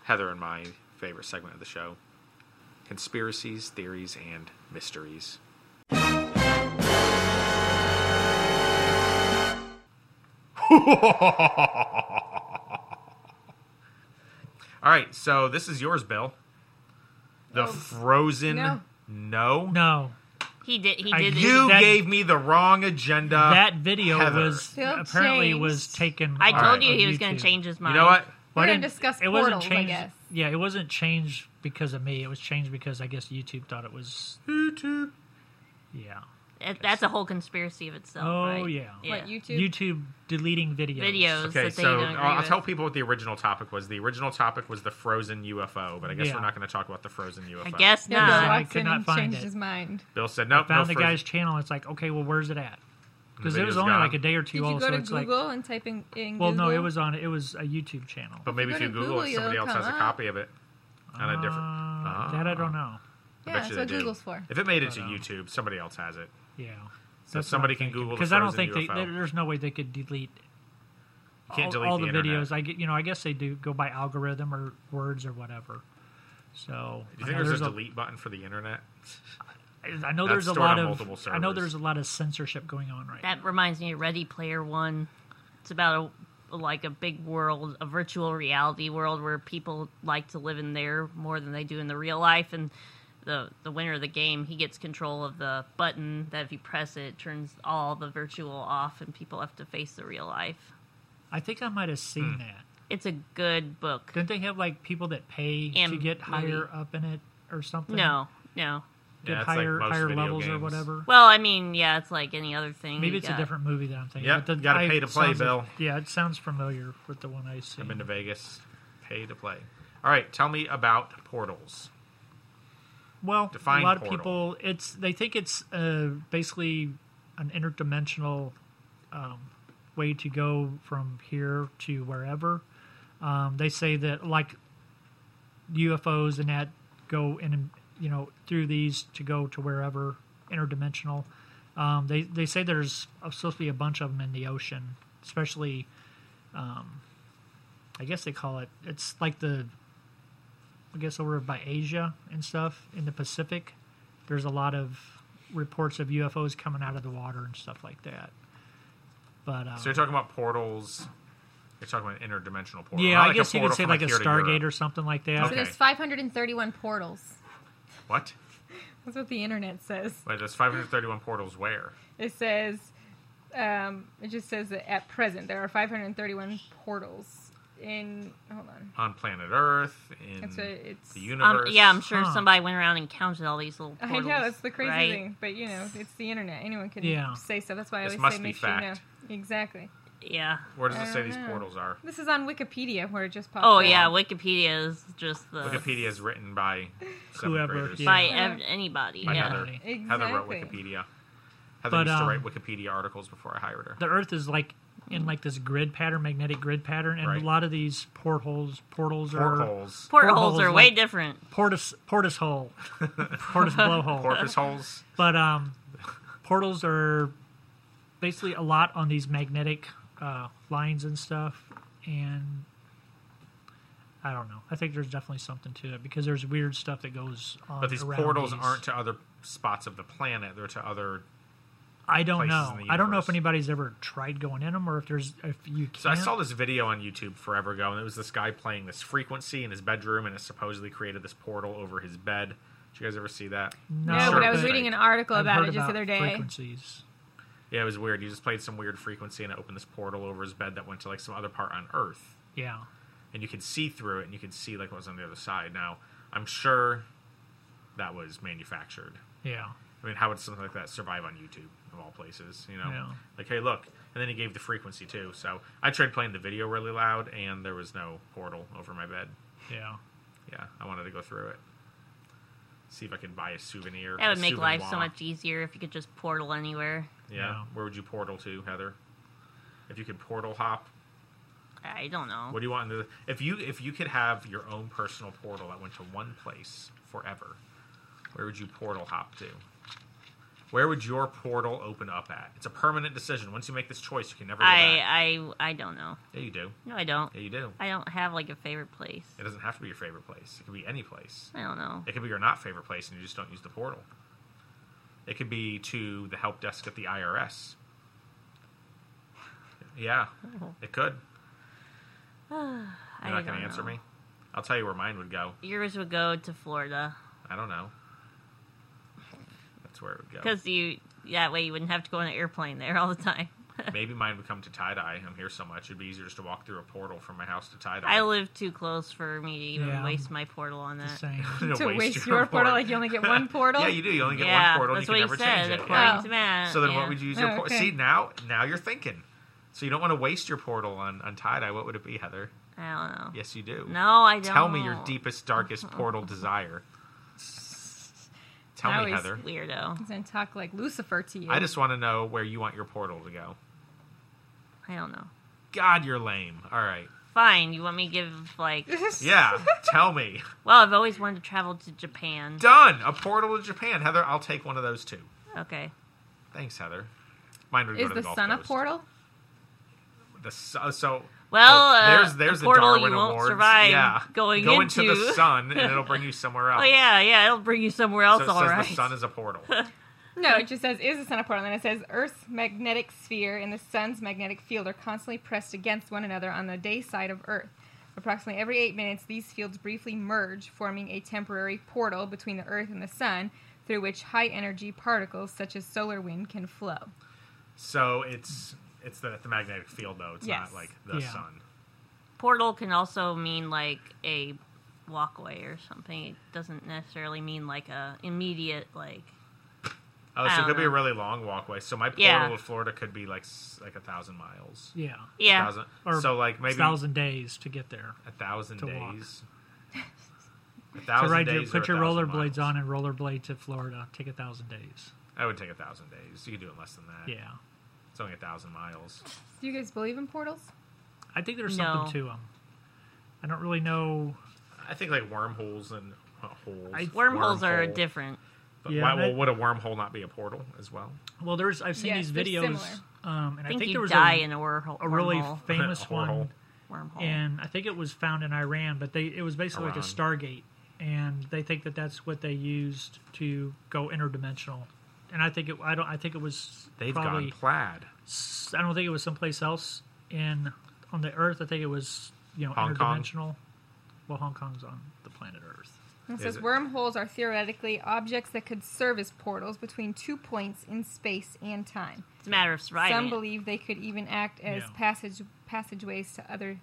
Heather and my favorite segment of the show conspiracies, theories, and mysteries. All right, so this is yours, Bill. The frozen no. no. No, He did. He I- did. You That- gave me the wrong agenda. that video Uh, Heather. was Phil apparently changed. was taken. I off told Alright, you of he was going YouTube. to change his you mind. know what? Well, I We're gonna didn't- discuss It wasn't portals, I changed. guess. Yeah, it wasn't changed because of me. It was changed because I guess YouTube thought it was. YouTube. Yeah. That- That's a whole conspiracy of itself. Oh, right? yeah. What YouTube? YouTube deleting videos. Videos Okay, that they so don't agree I'll, I'll with. tell people what the original topic was. The original topic was the frozen UFO, but I guess Yeah. we're not going to talk about the frozen UFO. I guess Yeah, Bill I not. Sorry. walks could in not and find changed it. his mind. Bill said no. found no the frozen- guy's channel. It's like, okay, well, where's it at? Because The it video's was only gone. like a day or two Did you old, go so to it's like, Google and type in, in well, Google? no, it was on it was a YouTube channel. But maybe you if go you to Google it, Google, somebody it'll else has a come copy of it on a different. Uh, Ah. that I don't know. I Yeah, bet that's you what they do. Google's for. If it made it to But, um, YouTube, somebody else has it. Yeah. So somebody can Google the because I don't frozen think they, UFO. there- there's no way they could delete You can't all, delete all the, the, internet. videos. I get, you know, I guess they do go by algorithm or words or whatever. So Do you I think know there's, a delete button for the internet? I know That's there's a stored on lot of multiple I know servers. there's a lot of censorship going on right That reminds me of Ready Player One. It's about a like a big world, a virtual reality world where people like to live in there more than they do in the real life. And the the winner of the game, he gets control of the button that if you press it, it turns all the virtual off, and people have to face the real life. now. I think I might have seen Hmm. that. It's a good book. Didn't they have like people that pay And to get higher movie. up in it or something? No, no. get Yeah, it's like higher most higher video levels or games. whatever. Well, I mean, yeah, it's like any other thing. Maybe you it's got- a different movie that I'm thinking. Yep, but the- gotta I- pay to play, sounds- Bill. Yeah, it sounds familiar with the one I see. I've been to Vegas, pay to play. All right, tell me about portals. Well, Define a lot of portal. people, it's they think it's uh, basically an interdimensional um, way to go from here to wherever. Um, they say that like UFOs and that go in, you know, through these to go to wherever interdimensional. Um, they they say there's supposed to be a bunch of them in the ocean, especially. Um, I guess they call it. It's like the I guess over by Asia and stuff in the Pacific, there's a lot of reports of UFOs coming out of the water and stuff like that. But um, So you're talking about portals. You're talking about interdimensional portals. yeah, not I like a guess you could portal say from like a here to Stargate Europe. or something like that. Okay. So there's 531 portals. What? That's what the internet says. Wait, there's 531 portals where? It says, um, it just says that at present there are 531 portals in. Hold on. On planet Earth, in That's what it's. the Um, universe. yeah, I'm sure Huh. somebody went around and counted all these little I portals. know that's the crazy right? thing, but you know it's the internet. Anyone can Yeah. say stuff. That's why I This always must say be make fact. sure you know exactly. Yeah. Where does I it say don't these know. portals are? This is on Wikipedia where it just popped. Oh up. yeah, Wikipedia is just the Wikipedia is written by seventh Whoever, graders. yeah. by Yeah. ev- anybody. By yeah. Heather. Exactly. Heather wrote Wikipedia. Heather But, used to um, write Wikipedia articles before I hired her. the Earth is like in like this grid pattern, magnetic grid pattern, and Right. a lot of these portholes, portals are Portholes. Portholes Portholes, are way like- different. portus portus hole, portus blowhole. Porpoise holes. But um, portals are basically a lot on these magnetic uh, lines and stuff, and I don't know. I think there's definitely something to it because there's weird stuff that goes on. But these around portals these. aren't to other spots of the planet. They're to other. I don't places know. in the I don't know universe. if anybody's ever tried going in them or if there's if you. Can't. So I saw this video on YouTube forever ago, and it was this guy playing this frequency in his bedroom, and it supposedly created this portal over his bed. Did you guys ever see that? No, No, Sure, but I was but- reading an article I've about heard it just the other day. Frequencies. Yeah, it was weird. He just played some weird frequency, and it opened this portal over his bed that went to like some other part on Earth. Yeah. and you could see through it and you could see like what was on the other side now i'm sure that was manufactured Yeah. i mean how would something like that survive on youtube of all places you know Yeah. like hey look and then he gave the frequency too so i tried playing the video really loud and there was no portal over my bed Yeah. yeah i wanted to go through it see if i could buy a souvenir That would a make life so souvenir. much easier if you could just portal anywhere. yeah. Yeah. where would you portal to heather if you could portal hop I don't know. What do you want? in the- If you if you could have your own personal portal that went to one place forever, where would you portal hop to? Where would your portal open up at? It's a permanent decision. Once you make this choice, you can never. Go back. I uh, I I don't know. Yeah, you do. No, I don't. Yeah, you do. I don't have like a favorite place. It doesn't have to be your favorite place. It could be any place. I don't know. It could be your not favorite place, and you just don't use the portal. It could be to the help desk at the IRS. Yeah, it could. I You're not don't going to answer know. me. I'll tell you where mine would go. Yours would go to Florida I don't know. That's where it would go. because you that way you wouldn't have to go on an airplane there all the time. Maybe mine would come to tie dye. I'm here so much. It'd be easier just to walk through a portal from my house to tie dye. I live too close for me to even Yeah. waste my portal Uh. on The that. same. To waste your portal, like you only get one portal? yeah, you do. You only get yeah, one portal. that's and you can what he never said. change it. According Yeah. yeah. to Matt. So then, Uh, yeah. what would you use your Oh, portal? okay. See now, now you're thinking. So you don't want to waste your portal on on tie dye. What would it be, Heather? I don't know. Yes, you do. No, I don't. Tell me your deepest, darkest portal desire. Tell Now me, he's- Heather. weirdo. He's gonna talk like Lucifer to you. I just want to know where you want your portal to go. I don't know. God, you're lame. All right. Fine. You want me to give like? Yeah, tell me. Well, I've always wanted to travel to Japan. Done. A portal to Japan. Heather, I'll take one of those too. Okay. Thanks, Heather. Mine would go to Is the the, Gulf sun a Coast. portal? The su- uh, so Well, oh, uh, there's there's a portal the Darwin you won't Awards. survive yeah, going go into, the into. sun and it'll bring you somewhere else. Oh yeah, yeah. It'll bring you somewhere So else. it says all right. the sun is a portal. No, it just says is the sun a portal, and then it says Earth's magnetic sphere and the sun's magnetic field are constantly pressed against one another on the day side of Earth. Approximately every eight minutes, these fields briefly merge, forming a temporary portal between the Earth and the sun, through which high energy particles such as solar wind can flow. so it's it's the, the magnetic field though. It's Yes. not like the Yeah. sun. portal can also mean like a walkway or something. It doesn't necessarily mean like a immediate like. Oh, I so it don't could be a know. really long walkway. So my portal Yeah. to Florida could be like s- like a thousand miles. Yeah. Yeah. Thousand, Or so like maybe thousand days to get there. a thousand to walk. days. A thousand to ride days. your, put or your a thousand rollerblades miles. on and rollerblade to Florida. Take a thousand days. I would take a thousand days. You could do it in less than that. Yeah, It's only a thousand miles. Do you guys believe in portals? I think there's No. something to them. I don't really know. I think like wormholes and uh, holes. I- Wormholes are Wormhole. different. But Yeah, why, and I- well, would a wormhole not be a portal as well? Well, there's I've seen Yes, these they're videos, similar. um, I and I think, think, you there was die a, in a wormhole. a really wormhole. famous Wormhole. one, wormhole. and I think it was found in Iran, but they it was basically like Iran. a Stargate, and they think that that's what they used to go interdimensional and I think it. I don't. I think it was. They've gone probably, plaid. s- I don't think it was someplace else in on the Earth. I think it was you know Hong Kong. interdimensional. Well, Hong Kong's on the planet Earth. It Is says it- wormholes are theoretically objects that could serve as portals between two points in space and time. It's a matter of surviving. Some it. believe they could even act as Yeah. passage passageways to other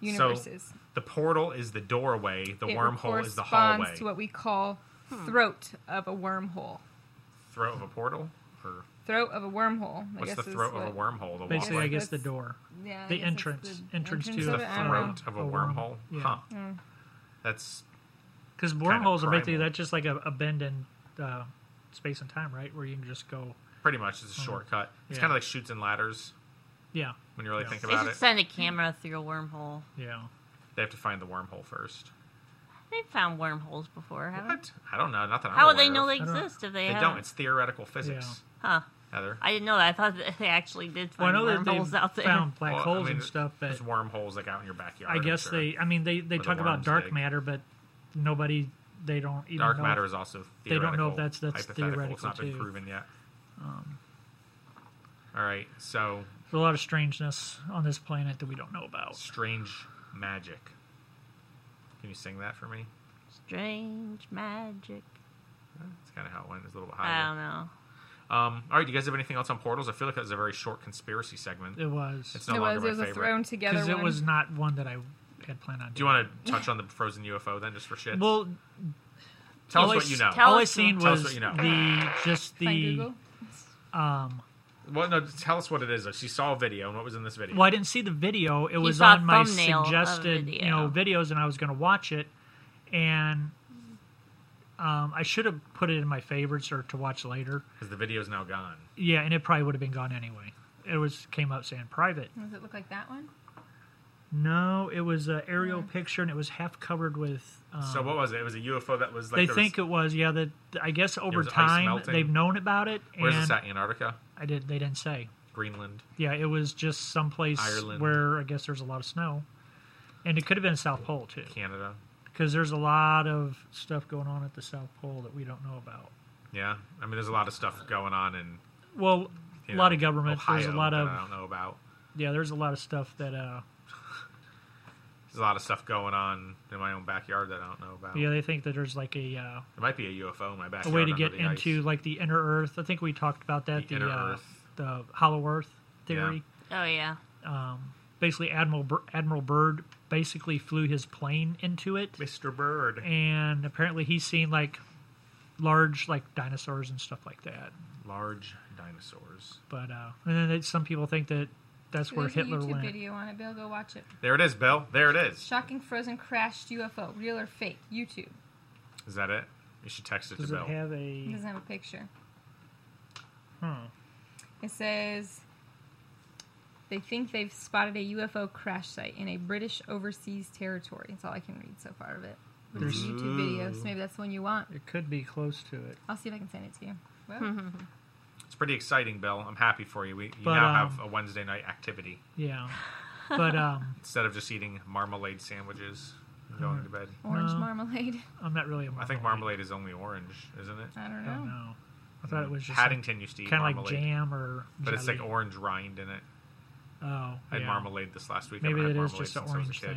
universes. The portal is the doorway. The it wormhole is the corresponds hallway. to what we call throat of a wormhole. Throat of a portal, or Throat of a wormhole. I what's guess the is throat of a what- wormhole? The Basically, walkway. I guess the That's- door, Yeah, I the guess it's entrance, the entrance entrance, to the of it, I don't know. throat of a A worm- wormhole. yeah. Huh. That's because wormholes are basically primal. that's just like a, a bend in uh, space and time, right? Where you can just go. pretty much it's a shortcut. It's Hmm. Yeah. kind of like shoots and ladders Yeah, when you really Yeah. think They about should it. send a camera through a wormhole. yeah. They have to find the wormhole first. They've found wormholes before, haven't What? I don't know. Not that I'm they? How would aware they know of. they I don't- exist if they, They haven't? don't. It's theoretical physics. Huh. Heather. I didn't know that. I thought that they actually did Well, I find know that wormholes they out there. found black Well, I holes mean, and stuff, but There's wormholes like out in your backyard. I I'm guess sure. they. I mean, they they Where the talk about worms dark dig. matter, but nobody. They don't even Dark know matter is also They theoretical. don't know if that's- that's hypothetical. It's theoretical, not been too. proven yet. Um, All right, so There's a lot of strangeness on this planet that we don't know about. strange magic. Can you sing that for me? Strange magic. That's kind of how it went. It's a little bit I higher. don't know. Um, all right, do you guys have anything else on portals? I feel like that was a very short conspiracy segment. It was It's It no was, longer it my was a favorite. thrown together because one. it was not one that I had planned on. Do you want to touch on the frozen UFO then, just for shit? Well, tell all us I what you s- know. tell- all I us- seen tell us was what you know. the just Find the Google. um. well, no, tell us what it is. though. She saw a video, and what was in this video? Well, I didn't see the video. It was saw a on my thumbnail of a suggested you know videos, and I was going to watch it, and um, I should have put it in my favorites or to watch later. Because the video's now gone. Yeah, and it probably would have been gone anyway. It was came up saying private. Does it look like that one? No, it was an aerial picture, and it was half covered with. Um, So what was it? It was a UFO that was like they there think was, it was yeah that I guess over was ice time melting. they've known about it where's and this at? Antarctica, I did they didn't say Greenland. yeah it was just someplace Ireland. where I guess there's a lot of snow and it could have been South Pole too Canada. because there's a lot of stuff going on at the South Pole that we don't know about Yeah, I mean, there's a lot of stuff going on in well you a lot know, of government there's a Ohio lot that of I don't know about. yeah there's a lot of stuff that uh There's a lot of stuff going on in my own backyard that I don't know about. yeah they think that there's like a uh, There might be a UFO in my a backyard. way to under get the into ice. like the inner earth I think we talked about that The the inner uh, Earth. the hollow earth theory Oh yeah. um, basically Admiral Bir- Admiral Byrd basically flew his plane into it, Mr. Bird, and apparently he's seen like large like dinosaurs and stuff like that. large dinosaurs. But uh, and then it- some people think that that's where There's Hitler a YouTube went. video on it, Bill. Go watch it. There it is, Bill. There it is. Shocking frozen crashed UFO, real or fake? YouTube. Is that it? You should text it Does to Bill. it have It a? doesn't have a picture. Hmm. It says they think they've spotted a UFO crash site in a British overseas territory. That's all I can read so far of it. There's There's- YouTube videos. Maybe that's the one you want. It could be close to it. I'll see if I can send it to you. Well, Mm-hmm. It's pretty exciting, Bill. I'm happy for you. We, you But, now um, have a Wednesday night activity Yeah, but um, instead of just eating marmalade sandwiches and going Mm-hmm. to bed. Orange No. marmalade. I'm not really. A I think marmalade is only orange, isn't it? I don't I don't know. know. I thought it was just kind Paddington used to eat of like marmalade, jam or. but it's like jelly. orange rind in it. oh, I had yeah. marmalade this last week. I Maybe haven't it had is marmalade just an since I was a orange kid.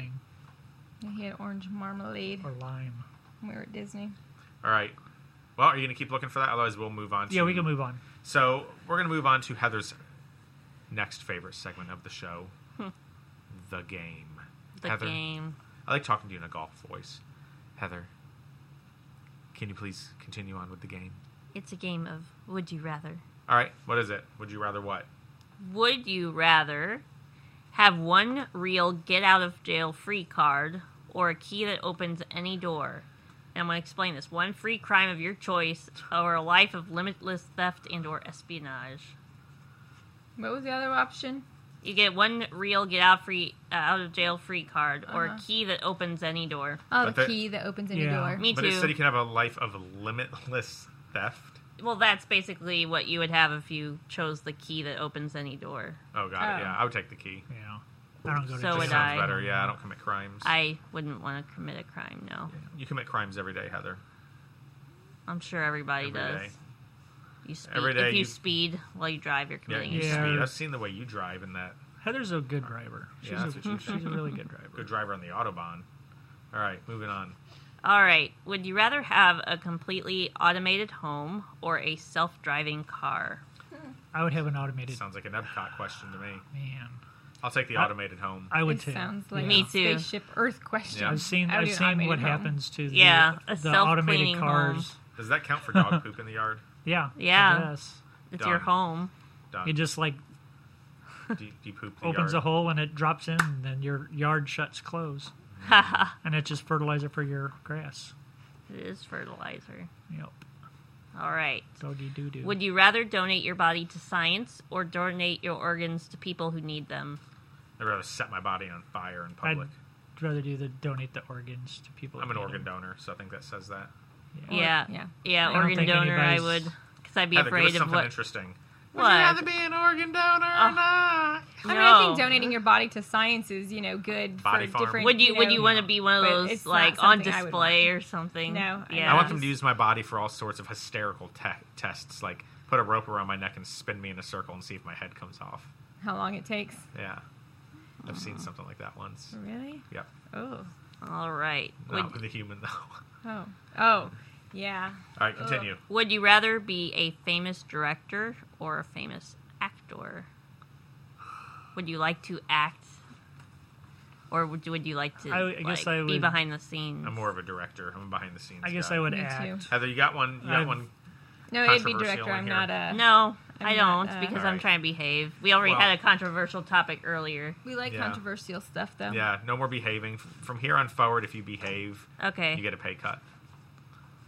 thing He had orange marmalade or lime. when we were at Disney. All right. Well, are you going to keep looking for that? Otherwise, we'll move on. To, Yeah, we can move on. So we're going to move on to Heather's next favorite segment of the show, Hmm. the game. The Heather, game. I like talking to you in a golf voice. Heather, can you please continue on with the game? It's a game of would you rather. All right. What is it? Would you rather what? Would you rather have one real get out of jail free card or a key that opens any door? And I'm going to explain this. One free crime of your choice or a life of limitless theft and or espionage. What was the other option? You get one real get out free uh, out of jail free card or a Uh-huh. key that opens any door. Oh, But the that- key that opens any Yeah. door. Me but too. it said you can have a life of limitless theft. Well, that's basically what you would have if you chose the key that opens any door. Oh, got it. Oh. Yeah, I would take the key. Yeah, I don't go to So jail. would Sounds I. better. Yeah, I don't commit crimes. I wouldn't want to commit a crime, no. You commit crimes every day, Heather. I'm sure everybody Every does. day. You speed, Every day if you, you- speed while you drive, you're Yeah, committing. you a- Yeah. speed. I've seen the way you drive in that Heather's a good driver. She's, Yeah, that's a, what she she's a really good driver. good driver on the autobahn. All right, moving on. All right. Would you rather have a completely automated home or a self-driving car? I would have an automated Sounds like an Epcot question to me. man. I'll take the I- automated home. I would It too. sounds like Me a too. spaceship Earth question. Yeah. I've seen I would I've do an seen what automated home. happens to the, Yeah, a the automated self-cleaning cars. home. Does that count for dog poop in the yard? Yeah. Yeah. Yes. It's Done. your home. Done. It just like do, you- do you poop the opens a yard? hole and it drops in, and then your yard shuts close, Mm. and it's just fertilizer for your grass. it is fertilizer. Yep. All right. So do do do. Would you rather donate your body to science or donate your organs to people who need them? I'd rather set my body on fire in I'd public. rather do the donate the organs to people. i am who an need organ them. donor, so I think that says that. Or- yeah. yeah. Yeah, I don't organ think donor, I would. anybody's- Because I'd be Heather, give us afraid of something what. interesting. what? be an organ donor Oh. Ah. not? I mean, I think No. donating your body to science is, you know, good Body for farm. different. Would you would know- you want to be one of but those it's not like on something I would display or something? No, I yeah. I want Yeah. them to use my body for all sorts of hysterical te- tests, like put a rope around my neck and spin me in a circle and see if my head comes off. How long it takes? Yeah. I've seen something like that once. Really? Yep. Oh, All right. Not Would, with a human, though. All oh, oh, yeah. right, continue. would you rather be a famous director or a famous actor? Would you like to act, or would you, would you like to I would- I guess like, I be would- behind the scenes? I'm more of a director. I'm a behind the scenes. I guess guy. I would Me act. too. Heather, you got one. You got I'm- one. No, it'd be Controversial director. in I'm here. not a. No, I'm I not, don't uh, because I'm Alright. trying to behave. We already Well- had a controversial topic earlier. We like Yeah. controversial stuff, though. Yeah, no more behaving. F- From here on forward, if you behave, Okay. you get a pay cut.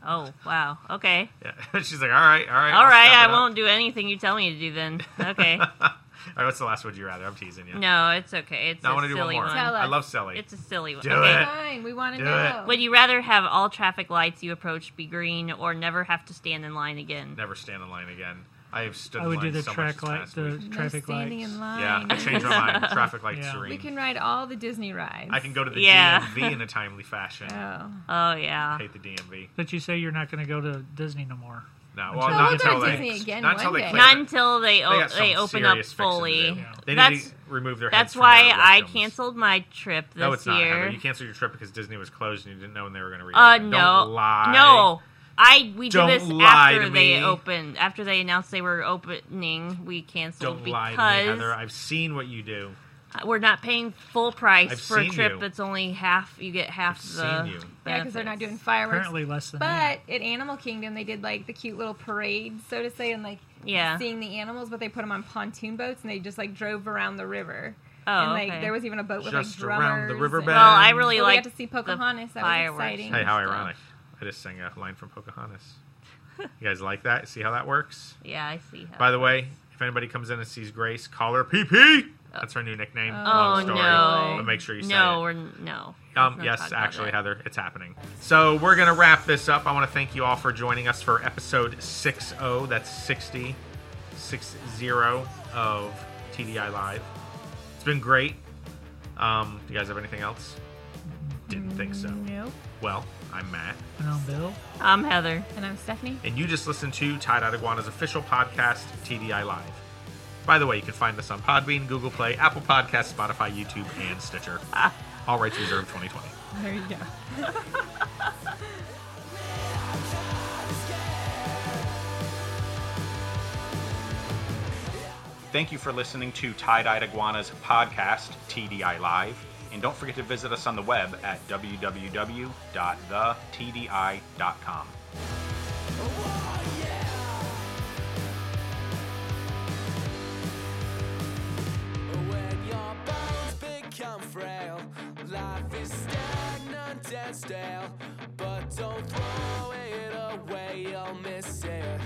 oh wow. Okay. Yeah. She's like, all right, all right. All I'll right. step I it up." won't do anything you tell me to do then. Okay. all right, what's the last would you rather? I'm teasing you. no, it's okay. It's No, I a want to do one silly more. Tell I us. love Sally. It's a silly one. Do okay. it. Fine. We want to Do know. it. Would you rather have all traffic lights you approach be green or never have to stand in line again? Never stand in line again. I have stood I would in do line the so track much light, this past the week. No traffic standing lights. in Yeah, line. I changed my mind. Traffic light Yeah. serene. We can ride all the Disney rides. I can go to the Yeah. DMV in a timely fashion. Oh. Oh yeah. I hate the DMV. But you say you're not going to go to Disney no more. No, well, not Until- We'll go to until they Disney again not until one they day. clear Not it. until they they, o- got Oh, they some open up serious fixing to fully. do. Yeah. They need That's to remove their. heads that's from their why I rectums. canceled my trip this No, it's not. year. Heather. You canceled your trip because Disney was closed and you didn't know when they were going to reopen. Uh, Don't no, lie. no. I we Don't did this lie to after they me. opened, after they announced they were opening. We canceled Don't lie because to me, Heather. I've seen what you do. we're not paying full price I've for a seen trip you. that's only half. You get half I've the seen you. Yeah, because they're not doing benefits. fireworks. Apparently less than that. But at Animal Kingdom, they did like the cute little parade, so to say, and like Yeah. seeing the animals. But they put them on pontoon boats and they just like drove around the river. Oh, and like okay. there was even a boat with Just like drummers. around the riverbed. Well, I And- really Well, we like got to see Pocahontas. That was exciting. Hey, and how ironic! I just sang a line from Pocahontas. You guys like that? See how that works? Yeah, I see. How By the way, if anybody comes in and sees Grace, call her PP. That's her new nickname. Long oh story. no! But make sure you say no it. or no. Let's Um, not talk yes, about actually, that. Heather, it's happening. So we're gonna wrap this up. I want to thank you all for joining us for episode 60. That's 60, 60 of TDI Live. It's been great. Um, do you guys have anything else? Didn't think so. Mm, Nope. Well, I'm Matt, And on Bill. I'm Heather. And I'm Stephanie. and you just listened to Tied Out Iguana's official podcast, TDI Live. By the way, you can find us on Podbean, Google Play, Apple Podcasts, Spotify, YouTube, and Stitcher. All rights reserved 2020. There you go. Thank you for listening to Tie Dyed Iguana's podcast, TDI Live. And don't forget to visit us on the web at www.thetdi.com. When your bones become frail, life is stagnant and stale. But don't throw it away, you'll miss it. oh.